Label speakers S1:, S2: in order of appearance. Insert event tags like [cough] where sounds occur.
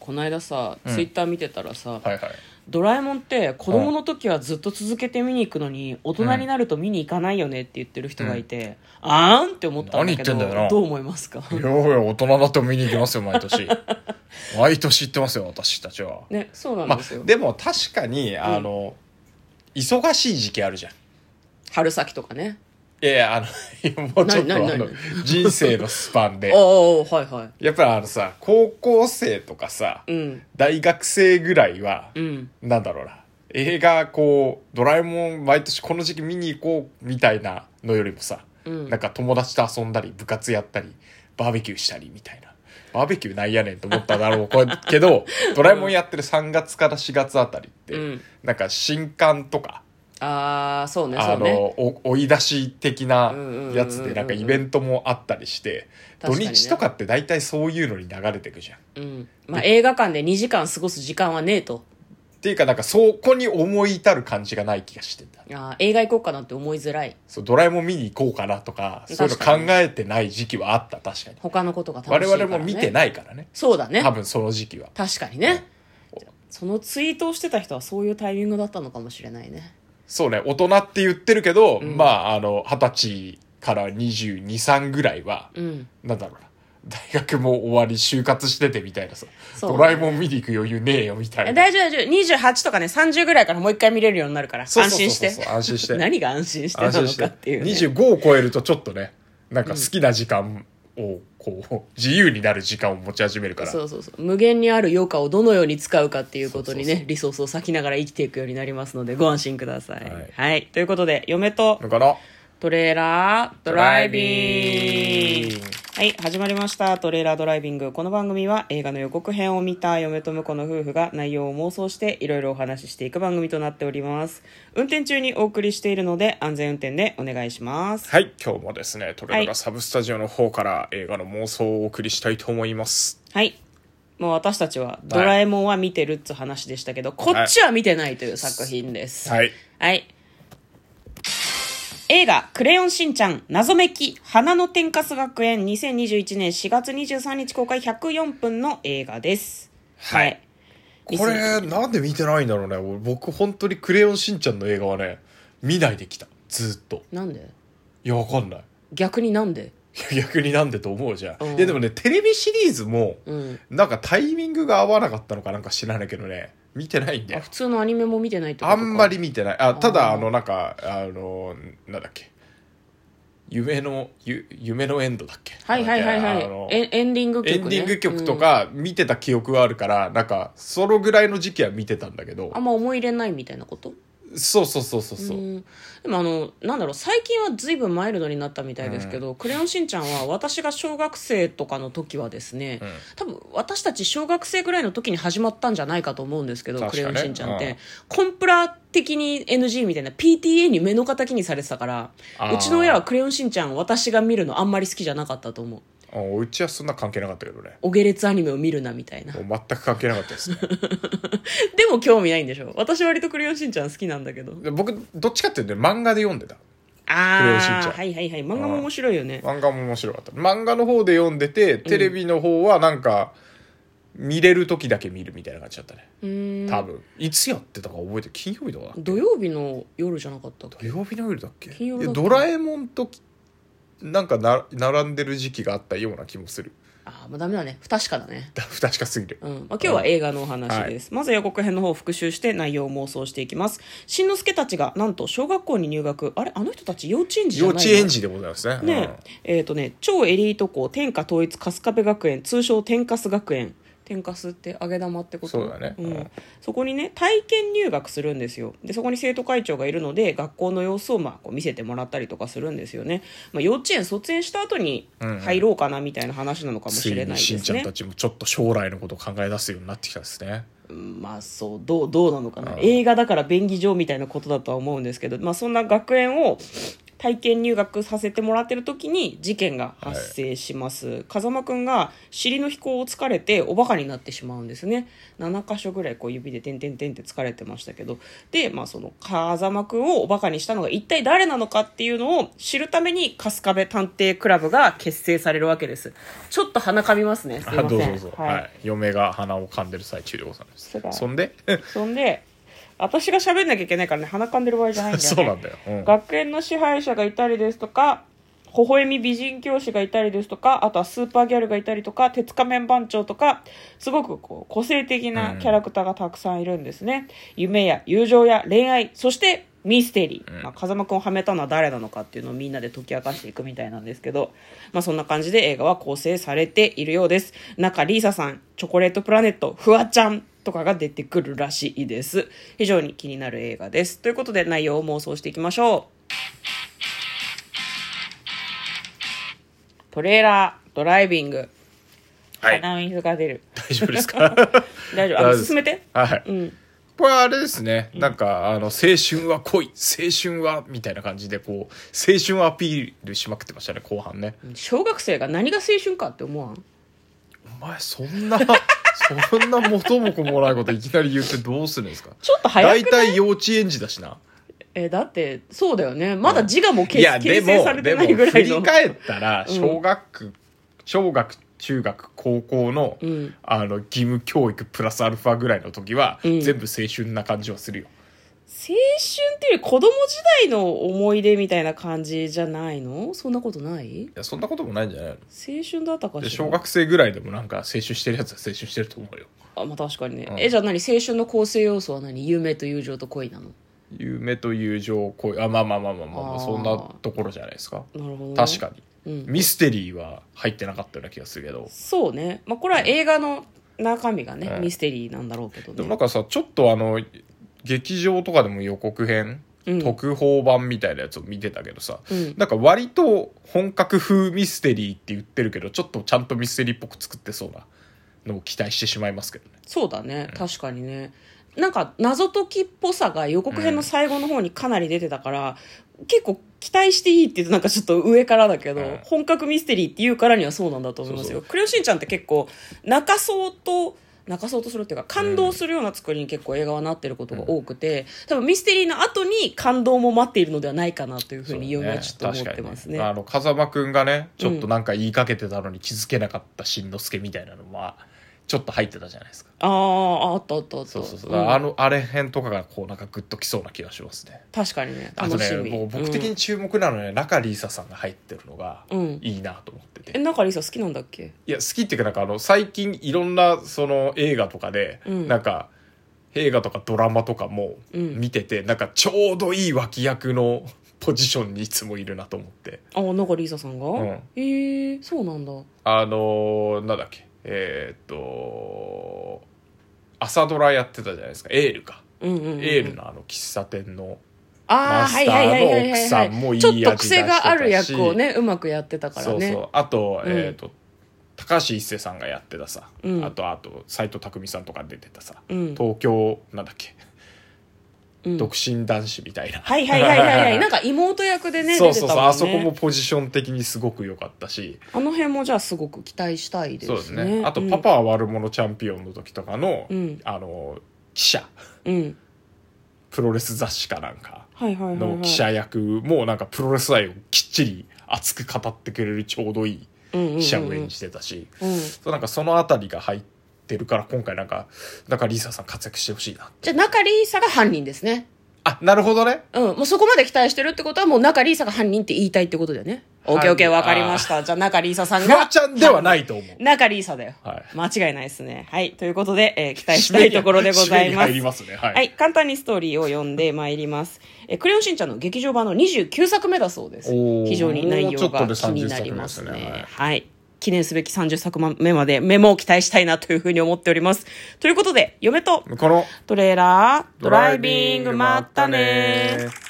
S1: この間さ、
S2: うん
S1: ツイッター見てたらさ、
S2: はいはい
S1: ドラえもんって子供の時はずっと続けて見に行くのに、大人になると見に行かないよねって言ってる人がいて、あーんって思ったんだけど
S2: 何言ってんだよな
S1: どう思いますか
S2: いやいや大人だと見に行きますよ
S1: [laughs]
S2: 毎年毎年行ってますよ私たちは、
S1: ねそうなん
S2: ま
S1: ですよ、
S2: あ、でも確かにあの、忙しい時期あるじゃん
S1: 春先とかね
S2: いやいやあの [laughs] いやもうちょっ
S1: 何
S2: と
S1: 何
S2: あの
S1: 何
S2: 人生のスパン
S1: あ [laughs]
S2: で
S1: あはいは
S2: やっぱりあのさ高校生とかさ、
S1: いうん
S2: 大学生ぐらいは、
S1: うん
S2: なんだろうな映画こう「ドラえもん」毎年この時期見に行こうみたいなのよりもさ、
S1: うん
S2: なんか友達と遊んだり部活やったりバーベキューしたりみたいなバーベキューなんやねんと思っただろうこれ
S1: [laughs]
S2: けど「ドラえもん」やってる3月から4月あたりって、
S1: うん
S2: なんか新刊とか、
S1: ああそうねそ
S2: あ
S1: うね
S2: のお追い出し的なやつ
S1: うんうんうんうんう
S2: で
S1: ん
S2: なんかイベントもあったりして、
S1: 確かに
S2: 土
S1: ね
S2: 日とかって大体そういうのに流れてくじゃ
S1: う
S2: ん。
S1: んまあ映画館で2時間過ごす時間はねえと
S2: っていうかなんかそこに思い至る感じがない気がしてんだ
S1: あー映画行こうかなって思いづらい
S2: そうドラえもん見に行こうかなとかそういうの
S1: 確か
S2: 考
S1: に
S2: えてない時期はあった確かに
S1: 他のことが楽しいから、ね、
S2: 我々も見てないからね
S1: そうだね
S2: 多分その時期は
S1: 確かにねそのツイートをしてた人はそういうタイミングだったのかもしれないね
S2: そうね大人って言ってるけど、
S1: うん
S2: まああの二十歳から2 2 3ぐらいは、
S1: うん
S2: なんだろうな大学も終わり就活しててみたいなさ、
S1: そう
S2: ドラえもん見に行く余裕ねえよみた
S1: え
S2: いな
S1: 大丈夫大丈夫28とかね30ぐらいからもう一回見れるようになるから
S2: そうそう
S1: 安
S2: そうそ
S1: 心し
S2: う
S1: て
S2: 安心して
S1: [laughs] 何が安心してな
S2: 安心
S1: の
S2: して
S1: かっていう、ね、
S2: 25を超えるとちょっとねなんか好きな時間をこう自由になる時間を持ち始めるから
S1: そうそうそう無限にある余暇をどのように使うかっていうことにね
S2: そうそうそ
S1: リソースを割きながら生きていくようになりますのでご安心ください、は
S2: はいい
S1: ということで嫁と
S2: のかな
S1: トレーラード
S2: ド
S1: ラ
S2: ラ
S1: イ
S2: イ
S1: ビ
S2: ビ
S1: ン
S2: ン
S1: グ
S2: グ
S1: はい始まりました「トレーラードライビング」この番組は映画の予告編を見た嫁と婿の夫婦が内容を妄想していろいろお話ししていく番組となっております運転中にお送りしているので安全運転でお願いします
S2: はい、今日もですね、トレド
S1: はい
S2: ラサブスタジオの方から映画の妄想をお送りしたいと思います。
S1: はいもう私たちは「ドラえもんは見てる」っつう話でしたけど、こっちは見てないという作品です
S2: はい。
S1: はい。映画、クレヨンしんちゃん、謎めき、花の天カス学園、2021年4月23日公開104分の映画です。
S2: はい
S1: リス
S2: これ、なんで見てないんだろうね。俺僕、本当にクレヨンしんちゃんの映画はね、見ないできた。ずーっと。
S1: なんで
S2: いや、わかんない。
S1: 逆になんで
S2: いや逆になんでと思うじゃん。
S1: うん
S2: いや、でもね、テレビシリーズも、
S1: うん。
S2: なんかタイミングが合わなかったのかなんか知らないけどね、見てないんだ
S1: あ
S2: よ
S1: 普。通のアニメも見てないってこと
S2: あ
S1: か
S2: んま。り見てない。あ、た
S1: あ
S2: だ、
S1: ー
S2: あの、なんか、あの、なんだっけ。夢の、ゆ夢のエンドだっけ
S1: はいはいはいは
S2: あの
S1: い。エンエンディング曲、
S2: エ
S1: ね。
S2: ンディング曲と
S1: うん、
S2: か見てた記憶があるから、なんかそのぐらいの時期は見てたんだけど
S1: あんま思い入れないみたいなこと
S2: そうそうそうそうそう、
S1: んでもあのなんだろう最近は随分マイルドになったみたいですけど「クレヨンしんちゃん」は私が小学生とかの時はですね、
S2: ん
S1: 多分私たち小学生ぐらいの時に始まったんじゃないかと思うんですけど「
S2: 確
S1: ク
S2: か
S1: レ
S2: ね
S1: ヨンしんちゃん」って、
S2: うん
S1: コンプラ的に NG みたいな PTA に目の敵にされてたから
S2: あー
S1: うちの親は「クレヨンしんちゃん」私が見るのあんまり好きじゃなかったと思う
S2: あうちはそんな関係なかったけどね
S1: お下劣アニメを見るなみたいな [laughs] で
S2: もう全く関係なかったですね
S1: も興味ないんでしょ私割と「クレヨンしんちゃん」好きなんだけど
S2: で僕どっちかっていうとね漫画で読んでたクレヨンしん
S1: あ
S2: ちゃ
S1: あ
S2: ん
S1: はいはいはい漫画も面白いよね
S2: 漫画も面白かった漫画の方で読んでてテレビの方はなんか、見れる時だけ見るみたいな感じだったね
S1: うーん
S2: 多分、いつやってたか覚えてる金曜日とかだ
S1: 土曜日の夜じゃなかったっけ
S2: 土曜日の夜だっけ
S1: 金曜だっけ
S2: いやドラえもんとなんかな並んでる時期があったような気もする [laughs]
S1: ああもうダメだね不確かだね
S2: 不確かすぎる
S1: うんまあ、今日は映画のお話です、まず予告編の方を復習して内容を妄想していきますしんのすけたちがなんと小学校に入学あれあの人たち幼稚園児じゃな
S2: 幼
S1: いの
S2: 稚園児でございますね。
S1: ねええーとね超エリート校天下統一春日部学園通称天カス学園天カスって揚げ玉ってこと
S2: そうだね
S1: ん
S2: うん
S1: そこにね体験入学するんですよでそこに生徒会長がいるので学校の様子をまあこう見せてもらったりとかするんですよね、まあ、幼稚園卒園した後に入ろうかなみたいな話なのか
S2: うん、
S1: も
S2: つ
S1: し
S2: い
S1: れな
S2: に
S1: い
S2: し
S1: で
S2: んち
S1: す
S2: ゃん
S1: ね
S2: たちもちょっと将来のことを考え出すようになってきたんですね。
S1: うんまあそうどうどうなのかな
S2: うん
S1: 映画だから便宜上みたいなことだとは思うんですけど、まあ、そんな学園を体験入学させてもらってる時に事件が発生します、風間くんが尻の飛行を疲れておバカになってしまうんですね7箇所ぐらいこう指で点々点って疲れてましたけどで、まあ、その風間くんをおバカにしたのが一体誰なのかっていうのを知るために春日部探偵クラブが結成されるわけですちょっと鼻かみますねすい
S2: あ
S1: ません
S2: どうぞどうぞ、はい嫁が鼻を噛んでる最中でございま
S1: そうだ
S2: すそんで
S1: そんで私が喋んなきゃいけないからね鼻かんでる場合じゃないんだよ、ね、
S2: [laughs] そうなんだよ、うん
S1: 学園の支配者がいたりですとか微笑み美人教師がいたりですとかあとはスーパーギャルがいたりとか鉄仮面番長とかすごくこう個性的なキャラクターがたくさんいるんですね、夢や友情や恋愛そしてミステリー、まあ、風間くんをはめたのは誰なのかっていうのをみんなで解き明かしていくみたいなんですけど、まあ、そんな感じで映画は構成されているようです中リーサさんチョコレートプラネットフワちゃんとかが出てくるらしいです非常に気になる映画ですということで内容を妄想していきましょうトレーラードライビング
S2: はい
S1: 鼻水が出る
S2: 大丈夫です
S1: [laughs] 大
S2: か
S1: 丈夫
S2: 大丈夫
S1: あ
S2: です
S1: 進めて
S2: はい、
S1: うん
S2: これはあれですね、なんかあの青春は恋青春はみたいな感じでこう青春をアピールしまくってましたね後半ね
S1: 小学生が何が青春かって思わん
S2: お前そんな [laughs] そんな元も子もないこといきなり言ってどうするんですか
S1: ちょっと早
S2: 大
S1: くない
S2: 体幼稚園児だしな
S1: えだってそうだよねまだ自我も形形
S2: で
S1: 成
S2: も
S1: されてないぐらい
S2: でも振
S1: の
S2: り返ったら
S1: うん
S2: 小学、小学中学高校の,、
S1: うん
S2: あの義務教育プラスアルファぐらいの時は、
S1: うん
S2: 全部青春な感じはするよ
S1: 青春っていうより子供時代の思い出みたいな感じじゃないのそんなことない
S2: いやそんなこともないんじゃないの
S1: 青春だったかし
S2: で
S1: ら
S2: 小学生ぐらいでもなんか青春してるやつは青春してると思うよ
S1: あまあ確かにね、
S2: うん
S1: えじゃあ何青春の構成要素は何夢と友情と恋なの
S2: 夢と友情恋あまあまあまあまあまあまあ
S1: あー
S2: そんなところじゃないですか
S1: なるほど、ね、
S2: 確かに
S1: に、うん、
S2: ミステリーは入ってなかったような気がするけど
S1: そうね、まあ、これは映画の中身がね、
S2: うん
S1: ミステリーなんだろうけど
S2: で
S1: ね
S2: もなんかさちょっとあの劇場とかでも予告編、
S1: うん
S2: 特報版みたいなやつを見てたけどさ、
S1: うん
S2: なんか割と本格風ミステリーって言ってるけどちょっとちゃんとミステリーっぽく作ってそうなのを期待してしまいますけどね
S1: そうだね、確かにねなんか謎解きっぽさが予告編の最後の方にかなり出てたから、結構期待していいって言うとなんかちょっと上からだけど、
S2: うん
S1: 本格ミステリーって言うからにはそうなんだと思いますよ
S2: そう
S1: クレヨンしんちゃんって結構泣かそうと泣かそうとするっていうか感動するような作りに結構映画はなってることが多くて、多分ミステリーの後に感動も待っているのではないかなというふうに嫁はちょっと思ってますね
S2: 確かにあの風間くんがねちょっとなんか言いかけてたのに気づけなかったしんのすけみたいなのはちょっと入ってたじゃないですか
S1: あーあったあったあった
S2: そうそうそう、
S1: ん
S2: あのあれ辺とかがこうなんかグッときそうな気がしますね
S1: 確かにね
S2: あと
S1: 楽
S2: ね
S1: しみ
S2: もう僕的
S1: う
S2: に
S1: ん
S2: 注目なのはね、中里依紗さんが入ってるのが
S1: うん
S2: いいなと思ってて、
S1: えなんかリサ好きなんだっけ
S2: いや好きっていうかなんかあの最近いろんなその映画とかで、
S1: うん
S2: なんか映画とかドラマとかも
S1: うん
S2: 見てて、なんかちょうどいい脇役のポジションにいつもいるなと思って
S1: あなんかリーサさんが、
S2: うん
S1: えー、そうなんだ
S2: あのーなんだっけえーっと朝ドラやってたじゃないですかエールか、
S1: うんうん、うん、
S2: エールのあの喫茶店の
S1: あー
S2: マスターの
S1: はいはいはいはいはい
S2: 奥さんもいい
S1: ちょっと
S2: 味出し
S1: 癖
S2: てたし
S1: がある役をねうまくやってたから
S2: そう
S1: ね
S2: そうあと,、
S1: うん
S2: えーっと高橋一生さんがやってたさ、
S1: うん
S2: あとあと斎藤工さんとか出てたさ、
S1: うん
S2: 東京なんだっけ
S1: うん
S2: 独身男子みたいな、
S1: はいはいはいはいはいなんか妹役でね
S2: [laughs] そう
S1: 出
S2: そ
S1: て
S2: う
S1: た
S2: そう、
S1: もんね
S2: あそこもポジション的にすごく良かったし、
S1: あの辺もじゃあすごく期待したいです
S2: そ
S1: ね
S2: うですねあと「パパは悪者チャンピオン」の時とかの、
S1: うん
S2: あの記者
S1: うん、うん
S2: プロレス雑誌かなんか
S1: はいはいはい、はい、
S2: の記者役もなんかプロレス愛をきっちり熱く語ってくれるちょうどいい記者を演じてたし、
S1: うんうんうん、うん
S2: そうなんかその辺りが入ってるから今回なんかだからリサさん活躍してほしいな
S1: じゃあ中リーサが犯人ですね
S2: あなるほどね
S1: うん、もうそこまで期待してるってことはもう中リーサが犯人って言いたいってことだよね。オッケーオッケー
S2: 犯人
S1: わかりました。じゃあ中リーサさん
S2: フワ
S1: が。。
S2: ちゃんではないいと思う
S1: 中リーサだよ。
S2: は
S1: 間違いないですね。はい。ということで、えー期待したいところでございま
S2: 締めに入
S1: す
S2: り。ますねはい、
S1: はい、簡単にストーリーを読んでまいります。えークレヨンしんちゃんの劇場版の29作目だそうです。
S2: おー
S1: 非常に内容が
S2: もうち
S1: 気
S2: ょっとで
S1: になります
S2: 30作目です
S1: ね
S2: ね。
S1: はい。記念すべき30作目までメモを期待したいなというふうに思っております。ということで、嫁と
S2: この
S1: トレーラー、ドライビング、まったねー。
S2: ー